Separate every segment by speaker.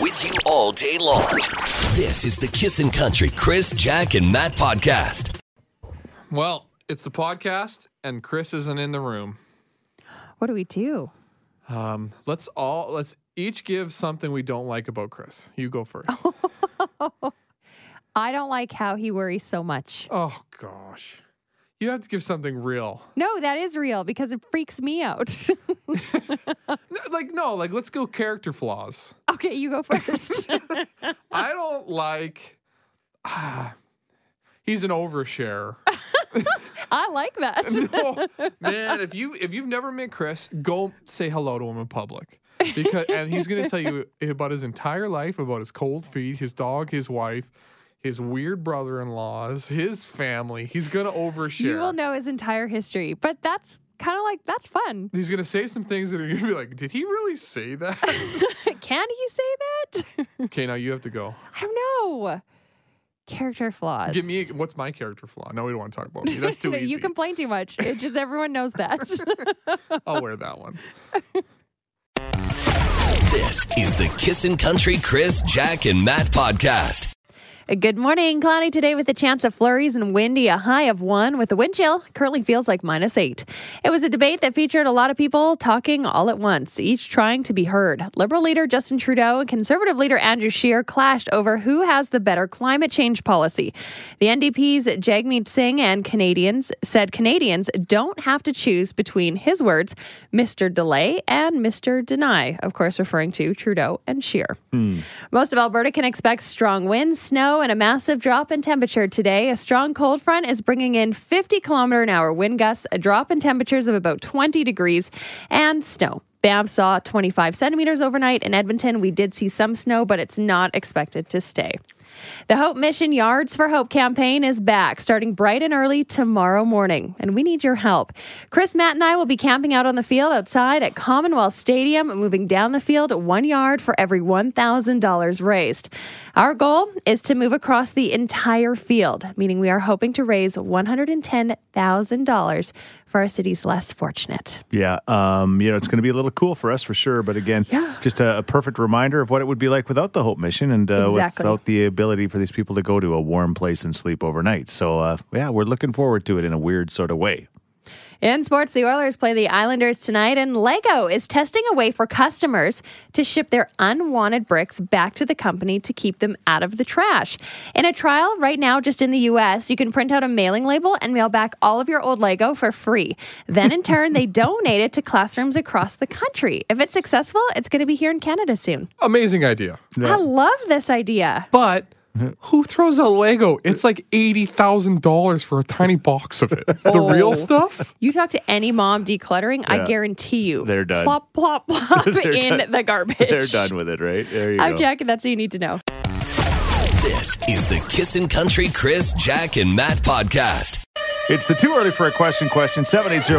Speaker 1: with you all day long. This is the Kissin' Country Chris, Jack, and Matt podcast.
Speaker 2: Well, it's the podcast, and Chris isn't in the room.
Speaker 3: What do we do?
Speaker 2: Um, let's all let's each give something we don't like about Chris. You go first.
Speaker 3: I don't like how he worries so much.
Speaker 2: Oh gosh, you have to give something real.
Speaker 3: No, that is real because it freaks me out.
Speaker 2: No, like no, like let's go character flaws.
Speaker 3: okay, you go first.
Speaker 2: I don't like. Ah, he's an oversharer.
Speaker 3: I like that.
Speaker 2: No, man, if you if you've never met Chris, go say hello to him in public. Because and he's gonna tell you about his entire life, about his cold feet, his dog, his wife, his weird brother-in-laws, his family. He's gonna overshare.
Speaker 3: You will know his entire history, but that's kind of like that's fun.
Speaker 2: He's gonna say some things that are gonna be like, did he really say that?
Speaker 3: Can he say that?
Speaker 2: okay, now you have to go.
Speaker 3: I don't know. Character flaws.
Speaker 2: Give me what's my character flaw? No, we don't want to talk about me. That's too
Speaker 3: No,
Speaker 2: easy.
Speaker 3: You complain too much. It just everyone knows that.
Speaker 2: I'll wear that one.
Speaker 1: This is the Kissin' Country Chris, Jack, and Matt podcast.
Speaker 3: Good morning. Cloudy today with a chance of flurries and windy, a high of one with a wind chill. Currently feels like minus eight. It was a debate that featured a lot of people talking all at once, each trying to be heard. Liberal leader Justin Trudeau and Conservative leader Andrew Scheer clashed over who has the better climate change policy. The NDP's Jagmeet Singh and Canadians said Canadians don't have to choose between his words, Mr. Delay and Mr. Deny, of course, referring to Trudeau and Scheer. Most of Alberta can expect strong winds, snow, and a massive drop in temperature today. A strong cold front is bringing in 50 kilometer an hour wind gusts, a drop in temperatures of about 20 degrees, and snow. Banff saw 25 centimeters overnight. In Edmonton, we did see some snow, but it's not expected to stay. The Hope Mission Yards for Hope campaign is back, starting bright and early tomorrow morning, and we need your help. Chris, Matt, and I will be camping out on the field outside at Commonwealth Stadium, moving down the field one yard for every $1,000 raised. Our goal is to move across the entire field, meaning we are hoping to raise $110,000 for our city's less fortunate.
Speaker 4: Yeah, um, you know it's going to be a little cool for us for sure. But again, just a, a perfect reminder of what it would be like without the Hope Mission and uh,
Speaker 3: Exactly.
Speaker 4: without the ability for these people to go to a warm place and sleep overnight. So uh, yeah, we're looking forward to it in a weird sort of way.
Speaker 3: In sports, the Oilers play the Islanders tonight, and Lego is testing a way for customers to ship their unwanted bricks back to the company to keep them out of the trash. In a trial right now, just in the US, you can print out a mailing label and mail back all of your old Lego for free. Then, in turn, they donate it to classrooms across the country. If it's successful, it's going to be here in Canada soon.
Speaker 2: Amazing idea.
Speaker 3: I love this idea.
Speaker 2: But who throws a Lego? It's like eighty thousand dollars for a tiny box of it. The
Speaker 3: Oh.
Speaker 2: real stuff?
Speaker 3: You talk to any mom decluttering, I guarantee you
Speaker 4: They're done.
Speaker 3: Plop, plop, plop
Speaker 4: They're
Speaker 3: in
Speaker 4: done.
Speaker 3: the garbage.
Speaker 4: They're done with it, right? There you
Speaker 3: I'm
Speaker 4: go.
Speaker 3: Jack, and that's all you need to know.
Speaker 1: This is the Kissin' Country Chris, Jack, and Matt podcast.
Speaker 4: It's the too early for a question question.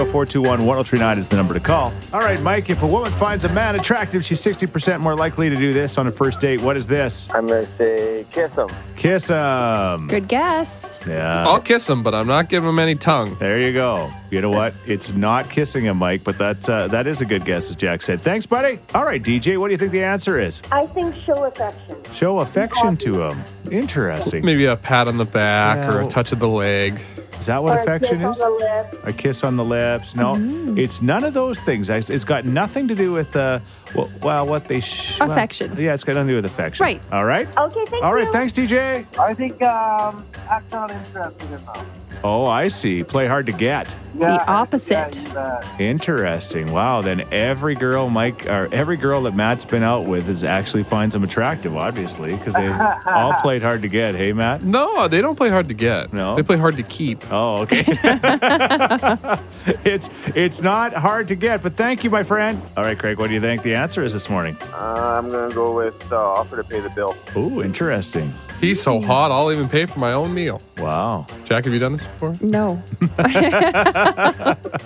Speaker 4: 780-421-1039 is the number to call. All right, Mike, if a woman finds a man attractive, she's 60% more likely to do this on a first date. What is this?
Speaker 5: I'm gonna say kiss him.
Speaker 4: Kiss him.
Speaker 3: Good guess.
Speaker 4: Yeah.
Speaker 2: I'll kiss him, but I'm not giving him any tongue.
Speaker 4: There you go. You know what? It's not kissing him, Mike, but that uh, that is a good guess, as Jack said. Thanks, buddy. All right, DJ, what do you think the answer is?
Speaker 6: I think show affection.
Speaker 4: Show affection to him. Interesting.
Speaker 2: Maybe a pat on the back or a
Speaker 4: Yeah.
Speaker 2: touch of the leg.
Speaker 4: Is that what
Speaker 6: or a
Speaker 4: affection
Speaker 6: kiss on
Speaker 4: is?
Speaker 6: the Mm-hmm. lips.
Speaker 4: A kiss on the lips? No, it's none of those things. It's it's got nothing to do with uh, well, well what they sh- well,
Speaker 3: Affection.
Speaker 4: yeah, it's got nothing to do with affection.
Speaker 3: Right.
Speaker 4: All right.
Speaker 6: Okay, thank
Speaker 4: All right.
Speaker 6: you.
Speaker 4: Thanks, DJ.
Speaker 5: I think um, I'm not interested in them.
Speaker 4: Oh, I see. Play hard to get.
Speaker 3: The opposite.
Speaker 5: Yeah, you bet.
Speaker 4: Interesting. Wow. Then every girl Mike or every girl that Matt's been out with is actually finds him attractive, obviously, because they all played hard to get. Hey, Matt.
Speaker 2: No, they don't play hard to get.
Speaker 4: No?
Speaker 2: They play hard to keep.
Speaker 4: Oh, okay. it's it's not hard to get, but thank you, my friend. All right, Craig. What do you think the answer is this morning?
Speaker 5: Uh, I'm gonna go with uh, offer to pay the bill.
Speaker 4: Oh, interesting.
Speaker 2: He's so hot, I'll even pay for my own meal.
Speaker 4: Wow.
Speaker 2: Jack, have you done this before?
Speaker 3: No.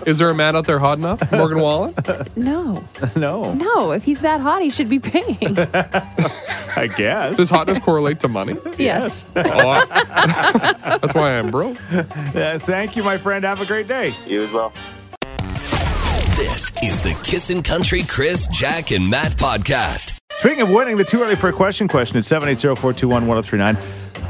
Speaker 2: Is there a man out there hot enough? Morgan Wallen?
Speaker 3: No.
Speaker 4: No,
Speaker 3: No. If he's that hot, he should be paying.
Speaker 4: I guess.
Speaker 2: Does hotness correlate to money?
Speaker 3: yes.
Speaker 2: Oh, I- that's why I'm broke.
Speaker 4: Uh, thank you, my friend. Have a great day.
Speaker 5: You as well.
Speaker 1: This is the Kissin' Country Chris, Jack, and Matt podcast.
Speaker 4: Speaking of winning the too early for a question question at 780-421-1039,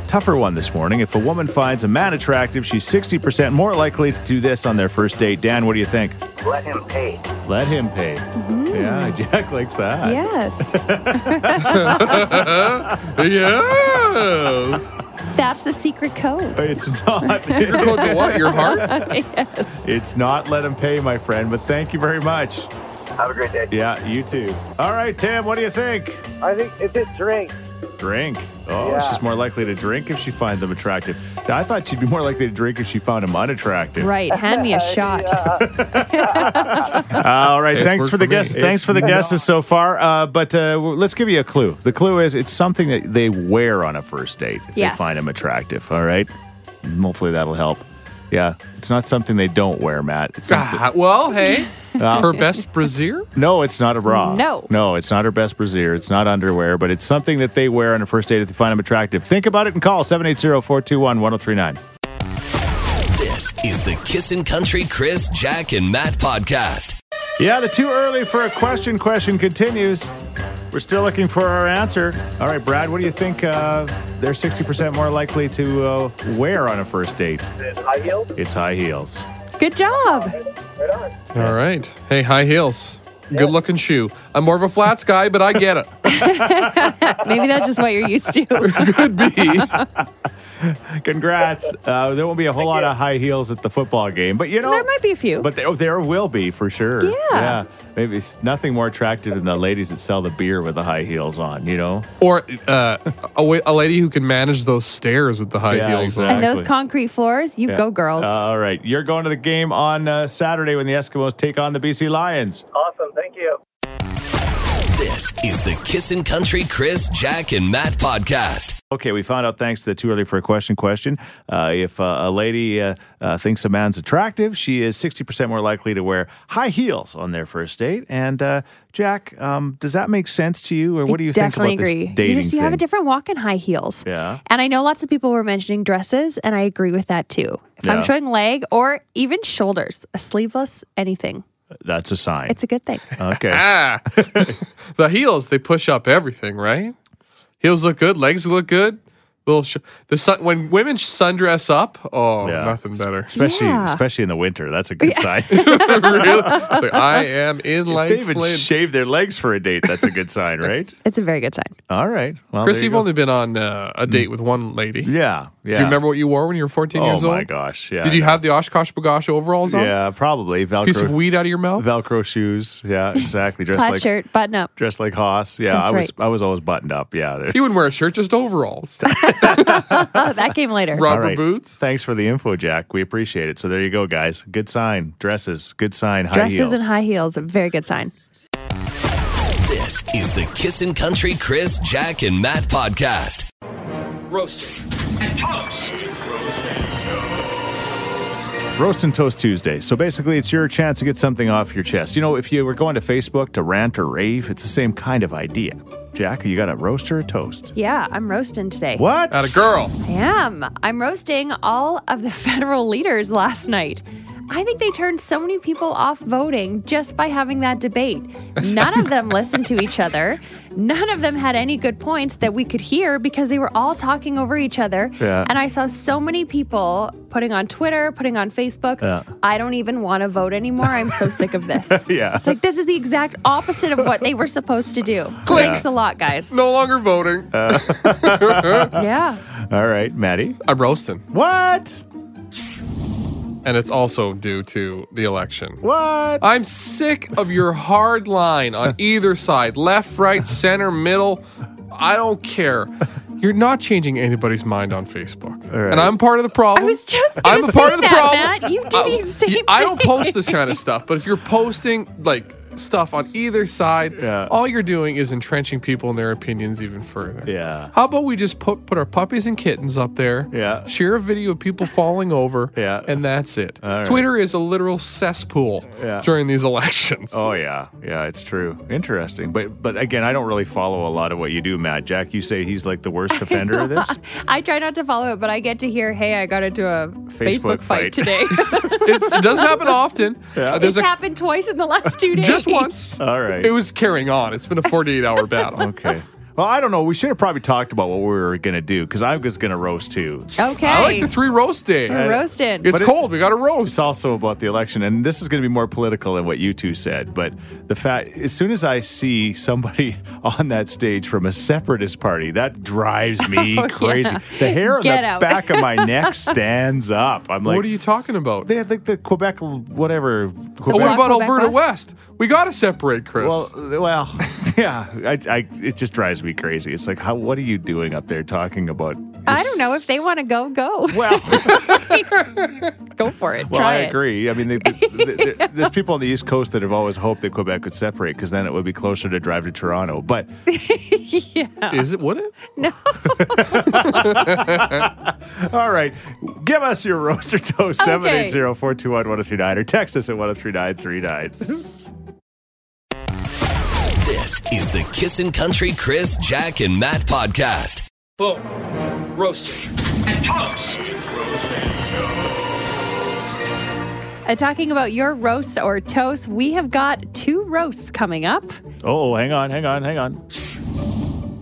Speaker 4: tougher one this morning. If a woman finds a man attractive, she's 60% more likely to do this on their first date. Dan, what do you think?
Speaker 5: Let him pay.
Speaker 4: Let him pay. Yeah, Jack likes that.
Speaker 3: Yes.
Speaker 2: yes.
Speaker 3: That's the secret code.
Speaker 4: It's not.
Speaker 2: Code to what? Your heart?
Speaker 3: yes.
Speaker 4: it's not let him pay, my friend, but thank you very much.
Speaker 5: Have a great day.
Speaker 4: Yeah, you too. All right, Tam, what do you think?
Speaker 5: I think it's a drink.
Speaker 4: Drink. Oh,
Speaker 5: Yeah.
Speaker 4: she's more likely to drink if she finds them attractive. I thought she'd be more likely to drink if she found him unattractive.
Speaker 3: Right. Hand me a shot.
Speaker 4: All right.
Speaker 2: It's
Speaker 4: thanks
Speaker 2: worked
Speaker 4: for the
Speaker 2: for me.
Speaker 4: guesses.
Speaker 2: It's
Speaker 4: Thanks for the guesses so far. Uh, but uh, w- let's give you a clue. The clue is it's something that they wear on a first date if
Speaker 3: Yes.
Speaker 4: they find him attractive. All right. And Hopefully that'll help. Yeah, it's not something they don't wear, Matt. It's something- Uh,
Speaker 2: Ah, well, hey. Her best brassiere?
Speaker 4: no, it's not a bra.
Speaker 3: No.
Speaker 4: no, it's not her best brassiere. It's not underwear, but it's something that they wear on a first date if they find him attractive. Think about it and call 780-421-1039.
Speaker 1: This is the Kissin' Country Chris, Jack, and Matt podcast.
Speaker 4: Yeah, the too early for a question question continues. We're still looking for our answer. All right, Brad, what do you think uh, they're 60% more likely to uh, wear on a first date?
Speaker 5: High heels?
Speaker 4: It's high heels.
Speaker 3: Good job.
Speaker 5: Right on.
Speaker 2: All right. Hey, high heels. Good looking shoe. I'm more of a flats guy, but I get it.
Speaker 3: Maybe that's just what you're used to.
Speaker 2: Could be.
Speaker 4: Congrats. Uh, there won't be a whole lot of high heels at the football game, but you know.
Speaker 3: There might be a few.
Speaker 4: But there, oh, there will be for sure.
Speaker 3: Yeah.
Speaker 4: Yeah. Maybe it's nothing more attractive than the ladies that sell the beer with the high heels on, you know?
Speaker 2: Or uh, a, wa- a lady who can manage those stairs with the high
Speaker 4: Yeah,
Speaker 2: heels on.
Speaker 3: and those
Speaker 4: Exactly.
Speaker 3: concrete floors, you
Speaker 4: Yeah. Uh,
Speaker 3: go, girls.
Speaker 4: All right. You're going to the game on uh, Saturday when the Eskimos take on the BC Lions.
Speaker 5: Awesome. Thank you.
Speaker 1: This is the Kissin' Country Chris, Jack, and Matt podcast.
Speaker 4: Okay, we found out thanks to the too early for a question question. Uh, if uh, a lady uh, uh, thinks a man's attractive, she is 60% more likely to wear high heels on their first date. And uh, Jack, um, does that make sense to you? Or what do you think about
Speaker 3: definitely agree.
Speaker 4: this dating
Speaker 3: you just you
Speaker 4: thing?
Speaker 3: have a different walk in high heels.
Speaker 4: Yeah.
Speaker 3: And I know lots of people were mentioning dresses, and I agree with that too. If
Speaker 4: Yeah.
Speaker 3: I'm showing leg or even shoulders, a sleeveless, anything,
Speaker 4: That's a sign.
Speaker 3: it's a good thing.
Speaker 4: okay.
Speaker 2: Ah. the heels, they push up everything, right? Heels look good. Legs look good. Little sh- the sun, when women sundress up, oh,
Speaker 4: Yeah.
Speaker 2: nothing better.
Speaker 4: Especially,
Speaker 3: Yeah.
Speaker 4: especially in the winter, that's a good sign.
Speaker 2: Really? It's like, I am in
Speaker 4: they
Speaker 2: like
Speaker 4: even
Speaker 2: flames.
Speaker 4: shave their legs for a date. That's a good sign, right?
Speaker 3: It's a very good sign.
Speaker 4: All right. Well,
Speaker 2: Chris,
Speaker 4: there you
Speaker 2: you've
Speaker 4: go.
Speaker 2: only been on uh, a date with one lady.
Speaker 4: yeah, yeah.
Speaker 2: Do you remember what you wore when you were 14
Speaker 4: Oh
Speaker 2: years old?
Speaker 4: my gosh! Yeah.
Speaker 2: Did
Speaker 4: I
Speaker 2: you
Speaker 4: know.
Speaker 2: have the Oshkosh Bagosh overalls on?
Speaker 4: Yeah, probably Velcro.
Speaker 2: Piece of weed out of your mouth?
Speaker 4: Velcro shoes. Yeah, exactly. Dressed
Speaker 3: Plaid
Speaker 4: like
Speaker 3: shirt, button up.
Speaker 4: dressed like Haas. Yeah,
Speaker 3: That's
Speaker 4: I was
Speaker 3: right.
Speaker 4: I was always buttoned up. Yeah, there's-
Speaker 2: He wouldn't wear a shirt, just overalls.
Speaker 3: Oh, that came later.
Speaker 4: All
Speaker 2: Rubber
Speaker 4: right.
Speaker 2: boots.
Speaker 4: Thanks for the info, Jack. We appreciate it. So there you go, guys. Good sign. Dresses. Good sign. High
Speaker 3: Dresses
Speaker 4: heels.
Speaker 3: and high heels, a very good sign.
Speaker 1: This is the Kissin' Country Chris, Jack, and Matt podcast.
Speaker 4: Roast and Toast Tuesday. So basically, it's your chance to get something off your chest. You know, if you were going to Facebook to rant or rave, it's the same kind of idea. Jack, you got a roast or a toast?
Speaker 3: Yeah, I'm roasting today.
Speaker 4: What?
Speaker 2: At a girl.
Speaker 3: I am. I'm roasting all of the federal leaders last night. I think they turned so many people off voting just by having that debate. None of them listened to each other. None of them had any good points that we could hear because they were all talking over each other.
Speaker 4: Yeah.
Speaker 3: And I saw so many people putting on Twitter, putting on Facebook,
Speaker 4: Yeah.
Speaker 3: I don't even want to vote anymore. I'm so sick of this.
Speaker 4: Yeah.
Speaker 3: It's like this is the exact opposite of what they were supposed to do. So
Speaker 2: Click.
Speaker 3: Thanks a lot, guys.
Speaker 2: No longer voting.
Speaker 4: Uh,
Speaker 3: Yeah.
Speaker 4: All right, Maddie.
Speaker 2: I'm roasting.
Speaker 4: What?
Speaker 2: And it's also due to the election.
Speaker 4: What?
Speaker 2: I'm sick of your hard line on either side left, right, center, middle. I don't care. You're not changing anybody's mind on Facebook.
Speaker 4: right.
Speaker 2: And I'm part of the problem.
Speaker 3: I was just gonna
Speaker 2: I'm a part
Speaker 3: say
Speaker 2: of the
Speaker 3: that,
Speaker 2: problem.
Speaker 3: Matt. You do the
Speaker 2: I,
Speaker 3: same
Speaker 2: I don't
Speaker 3: thing.
Speaker 2: post this kind of stuff, but if you're posting like stuff on either side,
Speaker 4: Yeah.
Speaker 2: all you're doing is entrenching people in their opinions even further.
Speaker 4: Yeah.
Speaker 2: How about we just put put our puppies and kittens up there?
Speaker 4: Yeah.
Speaker 2: Share a video of people falling over.
Speaker 4: Yeah.
Speaker 2: And that's it.
Speaker 4: right.
Speaker 2: Twitter is a literal cesspool
Speaker 4: Yeah.
Speaker 2: during these elections.
Speaker 4: Oh yeah, yeah, it's true. Interesting, but but again, I don't really follow a lot of what you do, Matt. Jack, you say he's like the worst defender of this.
Speaker 3: I try not to follow it, but I get to hear, "Hey, I got into a Facebook,
Speaker 4: Facebook
Speaker 3: fight
Speaker 4: fight."
Speaker 3: today."
Speaker 2: It's, it doesn't happen often. Uh,
Speaker 3: it's
Speaker 2: there's a,
Speaker 3: happened twice in the last two days.
Speaker 2: just Just once.
Speaker 4: All right.
Speaker 2: It was carrying on. It's been a 48 hour battle.
Speaker 4: Okay. Well, I don't know. We should have probably talked about what we were going to do because I'm just going to roast too.
Speaker 3: Okay.
Speaker 2: I like the three roast day.
Speaker 3: We're roasting.
Speaker 2: It's
Speaker 4: But it-
Speaker 2: cold. we got a roast.
Speaker 4: It's also about the election, and this is going to be more political than what you two said. But the fact, as soon as I see somebody on that stage from a separatist party, that drives me crazy. The hair on
Speaker 3: Get
Speaker 4: the
Speaker 3: out.
Speaker 4: back of my neck stands up. I'm like,
Speaker 2: what are you talking about?
Speaker 4: They had like the Quebec, whatever.
Speaker 2: Oh,
Speaker 4: Quebec.
Speaker 2: what about
Speaker 3: Quebec
Speaker 2: Alberta
Speaker 3: what?
Speaker 2: West? We got to separate, Chris.
Speaker 4: Well, well, yeah. I, I, it just drives me crazy. It's like, how? What are you doing up there talking about?
Speaker 3: I don't know if they want to go. Go.
Speaker 4: Well.
Speaker 3: go for it.
Speaker 4: Well,
Speaker 3: Try
Speaker 4: I
Speaker 3: it.
Speaker 4: agree. I mean, the, the, the, the, there's people on the East Coast that have always hoped that Quebec would separate because then it would be closer to drive to Toronto. But
Speaker 2: Is it? Would it?
Speaker 3: Uh,
Speaker 4: all right, give us your roaster toast 780 421 1039 or text us at 103939.
Speaker 1: This is the Kissin' Country Chris, Jack, and Matt podcast.
Speaker 6: Boom. Roasted. And toast. It's
Speaker 3: Uh, talking about your roast or toast, we have got two roasts coming up.
Speaker 4: Oh, hang on, hang on, hang on.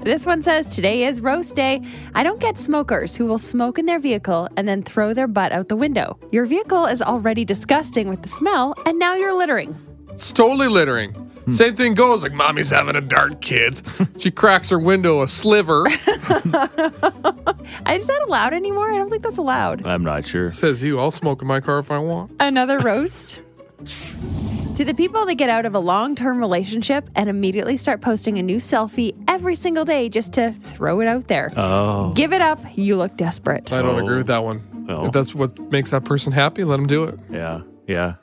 Speaker 3: This one says, Today is roast day. I don't get smokers who will smoke in their vehicle and then throw their butt out the window. Your vehicle is already disgusting with the smell, and now you're littering.
Speaker 2: It's totally littering. Same thing goes like mommy's having a dart, kids. she cracks her window a sliver.
Speaker 3: Uh, Is that allowed anymore? I don't think that's allowed.
Speaker 4: I'm not sure.
Speaker 2: Says you, I'll smoke in my car if I want.
Speaker 3: Another roast. To the people that get out of a long term relationship and immediately start posting a new selfie every single day just to throw it out there.
Speaker 4: Oh,
Speaker 3: Give it up. You look desperate.
Speaker 2: I don't
Speaker 4: Oh.
Speaker 2: agree with that one.
Speaker 4: No.
Speaker 2: If that's what makes that person happy, let them do it.
Speaker 4: yeah, yeah.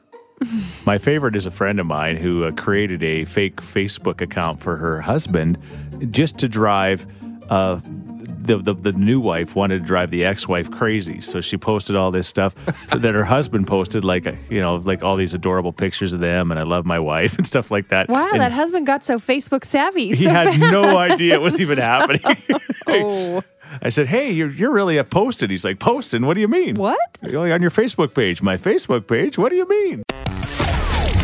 Speaker 4: My favorite is a friend of mine who uh, created a fake Facebook account for her husband just to drive. Uh, the, the, the new wife wanted to drive the ex-wife crazy so she posted all this stuff that her husband posted like uh, you know like all these adorable pictures of them and i love my wife and stuff like that
Speaker 3: Wow,
Speaker 4: and
Speaker 3: that husband got so Facebook savvy.
Speaker 4: he
Speaker 3: so
Speaker 4: had
Speaker 3: fast.
Speaker 4: no idea it was even happening
Speaker 3: Oh,
Speaker 4: i said hey you're, you're really a posted he's like posting what do you mean
Speaker 3: what?
Speaker 4: You're like on your facebook page my facebook page what do you mean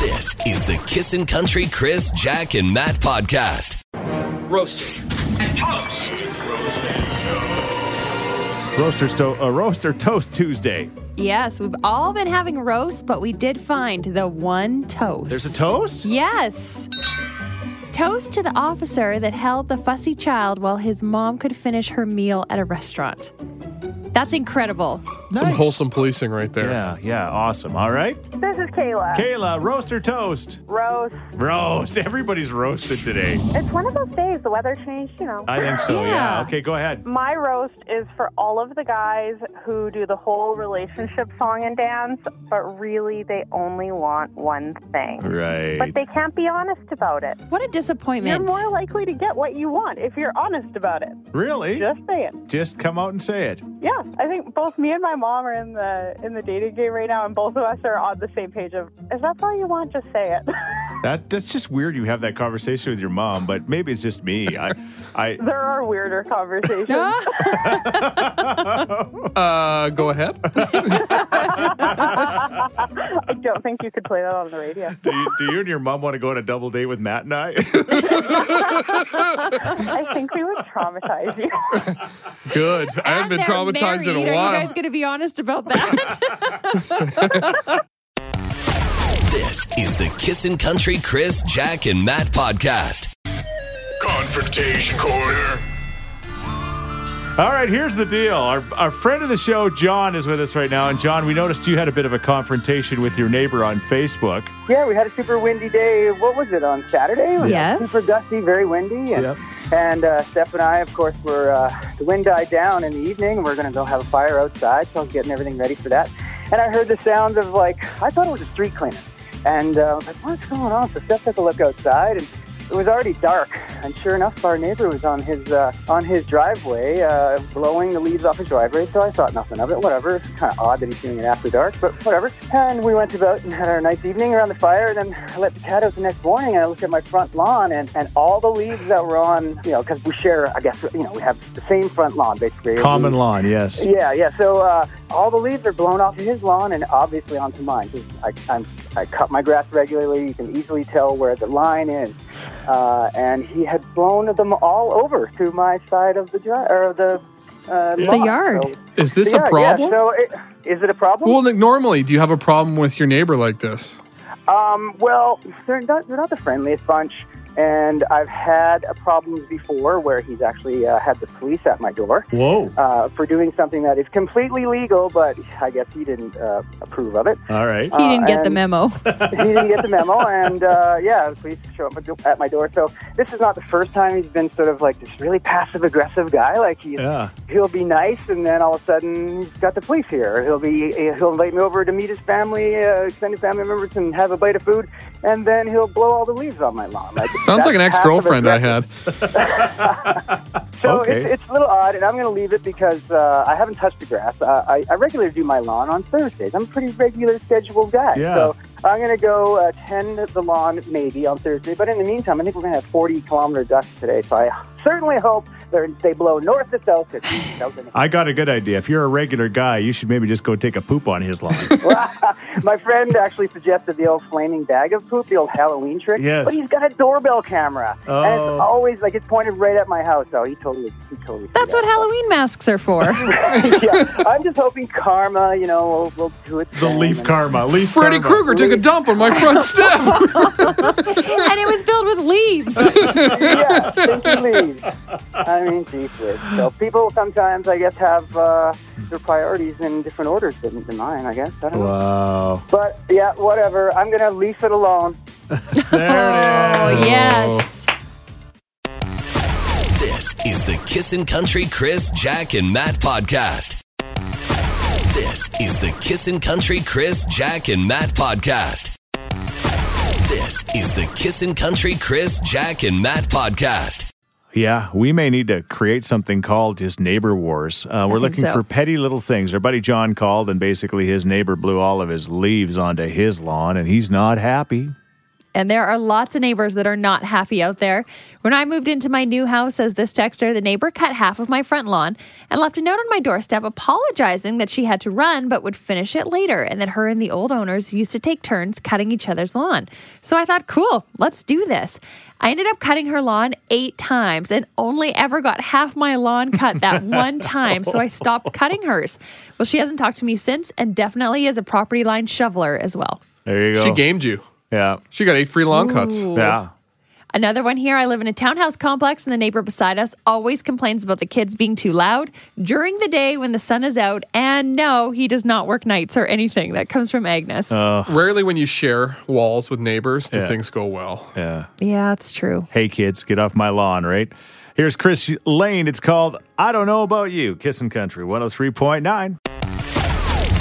Speaker 1: This is the Kissin' Country Chris, Jack, and Matt podcast.
Speaker 6: Roasted. And toast. It's roasted and
Speaker 4: Roaster, sto- uh, Roaster Toast Tuesday.
Speaker 3: Yes, we've all been having roast, but we did find the one toast.
Speaker 4: There's a toast?
Speaker 3: Yes. Toast to the officer that held the fussy child while his mom could finish her meal at a restaurant. That's incredible.
Speaker 2: Some wholesome policing right there.
Speaker 4: Yeah, yeah, awesome. All right.
Speaker 7: This is Kayla.
Speaker 4: Kayla, Roaster Toast.
Speaker 7: Rose.
Speaker 4: Roast. Everybody's roasted today.
Speaker 7: It's one of those days. The weather changed, you know.
Speaker 4: I think so, yeah.
Speaker 3: Yeah.
Speaker 4: Okay, go ahead.
Speaker 7: My roast is for all of the guys who do the whole relationship song and dance, but really they only want one thing.
Speaker 4: Right.
Speaker 7: But they can't be honest about it.
Speaker 3: What a
Speaker 7: You're
Speaker 3: disappointment.
Speaker 7: more likely to get what you want if you're honest about it.
Speaker 4: Really?
Speaker 7: Just saying.
Speaker 4: Just come out and say it.
Speaker 7: Yeah, I think both me and my mom are in the in the dating game right now, and both of us are on the same page of if that's all you want, just say it.
Speaker 4: That that's just weird you have that conversation with your mom, but maybe it's just me. I I
Speaker 7: there are weirder conversations.
Speaker 3: Ah,
Speaker 2: Uh, go ahead.
Speaker 7: I don't think you could play that on the radio.
Speaker 4: do you, do you and your mom want to go on a double date with Matt and I?
Speaker 7: I think we would traumatize you.
Speaker 2: Good. I haven't
Speaker 3: and
Speaker 2: been
Speaker 3: they're
Speaker 2: traumatized in
Speaker 3: married.
Speaker 2: a
Speaker 3: Are you
Speaker 2: while.
Speaker 3: guys going to be honest about that?
Speaker 1: This is the Kissin' Country Chris, Jack, and Matt podcast.
Speaker 6: Confrontation corner.
Speaker 4: All right, here's the deal. Our, our friend of the show, John, is with us right now. And John, we noticed you had a bit of a confrontation with your neighbor on Facebook.
Speaker 8: Yeah, we had a super windy day. What was it on Saturday? It was
Speaker 3: Yes.
Speaker 8: Super gusty, very windy. And,
Speaker 4: Yep.
Speaker 8: and uh, Steph and I, of course, were uh, the wind died down in the evening. and We're going to go have a fire outside, so I was getting everything ready for that. And I heard the sounds of like I thought it was a street cleaner, and uh, I was like, "What's going on?" So Steph took a look outside, and it was already dark. And sure enough, our neighbor was on his uh, on his driveway, uh, blowing the leaves off his driveway. So I thought nothing of it. Whatever. It's kind of odd that he's doing it after dark, but whatever. And we went to boat and had our nice evening around the fire. And then I let the cat out the next morning. And I looked at my front lawn, and, and all the leaves that were on, you know, because we share, I guess, you know, we have the same front lawn basically.
Speaker 4: Common
Speaker 8: We-
Speaker 4: lawn, yes.
Speaker 8: yeah, yeah. So uh, all the leaves are blown off of his lawn and obviously onto mine. 'cause I, I'm, I cut my grass regularly. You can easily tell where the line is. Uh, and he had blown them all over to my side of the dri- or the uh,
Speaker 3: The
Speaker 8: lawn.
Speaker 3: yard.
Speaker 8: So-
Speaker 2: Is this
Speaker 8: yeah,
Speaker 2: a problem?
Speaker 8: Yeah. So it, is it a problem?
Speaker 2: well, Nick, normally, do you have a problem with your neighbor like this?
Speaker 8: Um, well, they're not, they're not the friendliest bunch, and I've had uh, problems before where he's actually uh, had the police at my door.
Speaker 4: Whoa.
Speaker 8: Uh, for doing something that is completely legal, but I guess he didn't uh, approve of it. Uh,
Speaker 4: All right.
Speaker 3: He didn't get the
Speaker 2: Uh,
Speaker 8: and-
Speaker 3: memo.
Speaker 8: he didn't get the memo, and uh, yeah, the police show up at my door. So this is not the first time he's been sort of like this really passive aggressive guy. Like he
Speaker 4: Yeah.
Speaker 8: he'll be nice, and then all of a sudden he's got the police here. He'll be he'll invite me over to meet his family, uh, extended family members, and have a bite of food, and then he'll blow all the leaves on my lawn. Like,
Speaker 2: Sounds like an ex
Speaker 8: that's passive
Speaker 2: girlfriend I
Speaker 8: aggressive.
Speaker 2: had.
Speaker 8: So
Speaker 4: Okay.
Speaker 8: it's, it's a little odd, and I'm going to leave it because uh, I haven't touched the grass. Uh, I, I regularly do my lawn on Thursdays. I'm a pretty regular scheduled guy.
Speaker 4: Yeah.
Speaker 8: So I'm going to go uh, tend the lawn maybe on Thursday. But in the meantime, I think we're going to have 40 kilometer gusts today. So I certainly hope they're, they blow north to south. To east to south and-
Speaker 4: I got a good idea. If you're a regular guy, you should maybe just go take a poop on his lawn.
Speaker 8: my friend actually suggested the old flaming bag of poop, the old Halloween trick.
Speaker 4: Yes.
Speaker 8: But he's got a doorbell camera. And
Speaker 4: Oh.
Speaker 8: it's always like it's pointed right at my house. So he totally, he totally. threw
Speaker 3: That's
Speaker 8: that.
Speaker 3: what Halloween masks are for.
Speaker 8: yeah, I'm just hoping karma, you know, will, will do it.
Speaker 4: the leaf karma. Leaf
Speaker 2: Freddy
Speaker 4: karma.
Speaker 2: Krueger took a dump on my front step.
Speaker 3: and it was filled with leaves.
Speaker 8: yeah, stinky leaves. I mean, geez, Liz. So people sometimes, I guess, have uh, their priorities in different orders than, than mine, I guess. I don't know.
Speaker 4: Wow.
Speaker 8: But yeah, whatever. I'm going to leave it alone.
Speaker 4: There it
Speaker 3: Oh,
Speaker 4: is.
Speaker 3: yes.
Speaker 1: This is the Kissin' Country Chris, Jack, and Matt podcast. This is the Kissin' Country Chris, Jack, and Matt podcast. This is the Kissin' Country Chris, Jack, and Matt podcast.
Speaker 4: Yeah, we may need to create something called just neighbor wars. Uh, we're
Speaker 3: think
Speaker 4: looking
Speaker 3: so.
Speaker 4: for petty little things. Our buddy John called, and basically his neighbor blew all of his leaves onto his lawn, and he's not happy.
Speaker 3: And there are lots of neighbors that are not happy out there. When I moved into my new house, as this texter, the neighbor cut half of my front lawn and left a note on my doorstep apologizing that she had to run but would finish it later and that her and the old owners used to take turns cutting each other's lawn. So I thought, cool, let's do this. I ended up cutting her lawn eight times and only ever got half my lawn cut that one time, so I stopped cutting hers. Well, she hasn't talked to me since and definitely is a property line shoveler as well.
Speaker 4: There you go.
Speaker 2: she gamed you.
Speaker 4: Yeah.
Speaker 2: She got eight free lawn cuts.
Speaker 4: Yeah.
Speaker 3: Another one here. I live in a townhouse complex, and the neighbor beside us always complains about the kids being too loud during the day when the sun is out. And no, he does not work nights or anything. That comes from Agnes.
Speaker 4: Uh.
Speaker 2: Rarely, when you share walls with neighbors, do
Speaker 4: Yeah.
Speaker 2: things go well.
Speaker 4: Yeah.
Speaker 3: yeah, that's true.
Speaker 4: Hey, kids, get off my lawn, right? Here's Chris Lane. It's called I Don't Know About You, Kissin' Country 103.9.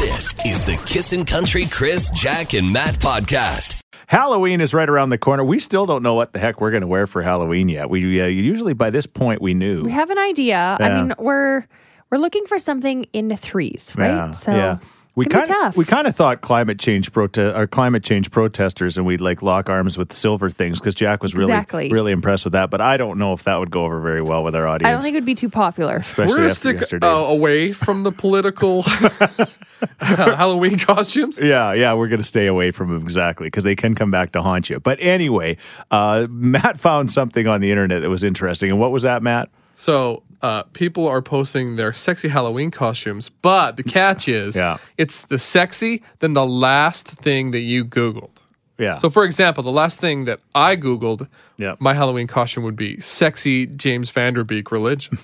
Speaker 1: This is the Kissin' Country Chris, Jack, and Matt podcast.
Speaker 4: Halloween is right around the corner. We still don't know what the heck we're going to wear for Halloween yet. We uh, usually by this point we knew.
Speaker 3: We have an idea.
Speaker 4: Yeah.
Speaker 3: I mean, we're we're looking for something in the threes, right? so
Speaker 4: We
Speaker 3: it can be
Speaker 4: kind of
Speaker 3: tough.
Speaker 4: we kind of thought climate change prote- or climate change protesters, and we'd like lock arms with the silver things because Jack was really
Speaker 3: Exactly.
Speaker 4: really impressed with that. But I don't know if that would go over very well with our audience.
Speaker 3: I don't think it would be too popular.
Speaker 4: especially
Speaker 2: We're gonna
Speaker 4: after
Speaker 2: stick
Speaker 4: yesterday.
Speaker 2: uh, away from the political Halloween costumes.
Speaker 4: Yeah, yeah, we're going to stay away from them exactly because they can come back to haunt you. But anyway, uh, Matt found something on the internet that was interesting. And what was that, Matt?
Speaker 2: So uh, people are posting their sexy Halloween costumes, but the catch is,
Speaker 4: Yeah.
Speaker 2: it's the sexy than the last thing that you googled.
Speaker 4: Yeah.
Speaker 2: So, for example, the last thing that I googled,
Speaker 4: Yeah.
Speaker 2: my Halloween costume would be sexy James Vanderbeek religion.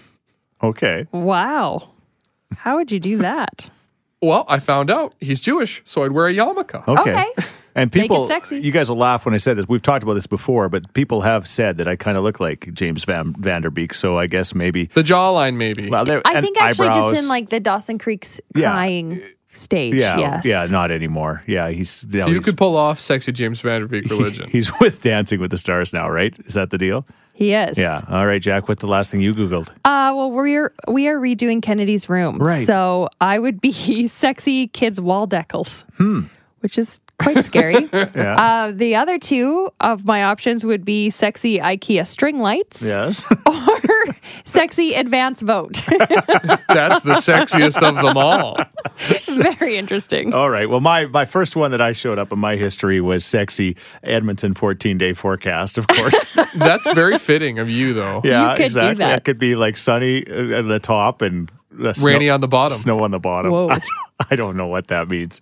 Speaker 4: okay.
Speaker 3: Wow, how would you do that?
Speaker 2: well, I found out he's Jewish, so I'd wear a yarmulke.
Speaker 4: Okay.
Speaker 3: Okay.
Speaker 4: And
Speaker 3: Make it
Speaker 4: people,
Speaker 3: sexy.
Speaker 4: you guys will laugh when I said this. We've talked about this before, but people have said that I kind of look like James Van Vanderbeek. So I guess maybe.
Speaker 2: The jawline, maybe.
Speaker 4: Well, there,
Speaker 3: I
Speaker 4: and
Speaker 3: think actually just in
Speaker 4: eyebrows.
Speaker 3: like the Dawson Creek's
Speaker 4: Yeah.
Speaker 3: crying stage.
Speaker 4: Yeah,
Speaker 3: yes.
Speaker 4: yeah, not anymore. Yeah, he's. you know,
Speaker 2: so you
Speaker 4: he's-
Speaker 2: could pull off sexy James Vanderbeek religion.
Speaker 4: He's with Dancing with the Stars now, right? Is that the deal?
Speaker 3: He is.
Speaker 4: Yeah. All right, Jack. What's the last thing you Googled?
Speaker 3: Uh, well, we're we are redoing Kennedy's room,
Speaker 4: Right.
Speaker 3: so I would be sexy kids wall decals, which is quite scary. uh, the other two of my options would be sexy IKEA string lights
Speaker 4: Yes.
Speaker 3: or sexy advance vote.
Speaker 2: That's the sexiest of them all.
Speaker 3: Very interesting.
Speaker 4: All right. Well, my, my first one that I showed up in my history was sexy Edmonton 14 day forecast, of course.
Speaker 2: That's very fitting of you, though.
Speaker 4: yeah,
Speaker 3: You could do
Speaker 4: exactly.
Speaker 3: that.
Speaker 4: It could be like sunny uh, at the top and uh, snow-
Speaker 2: Rainy on the bottom.
Speaker 4: Snow on the bottom.
Speaker 3: Whoa.
Speaker 4: I don't know what that means.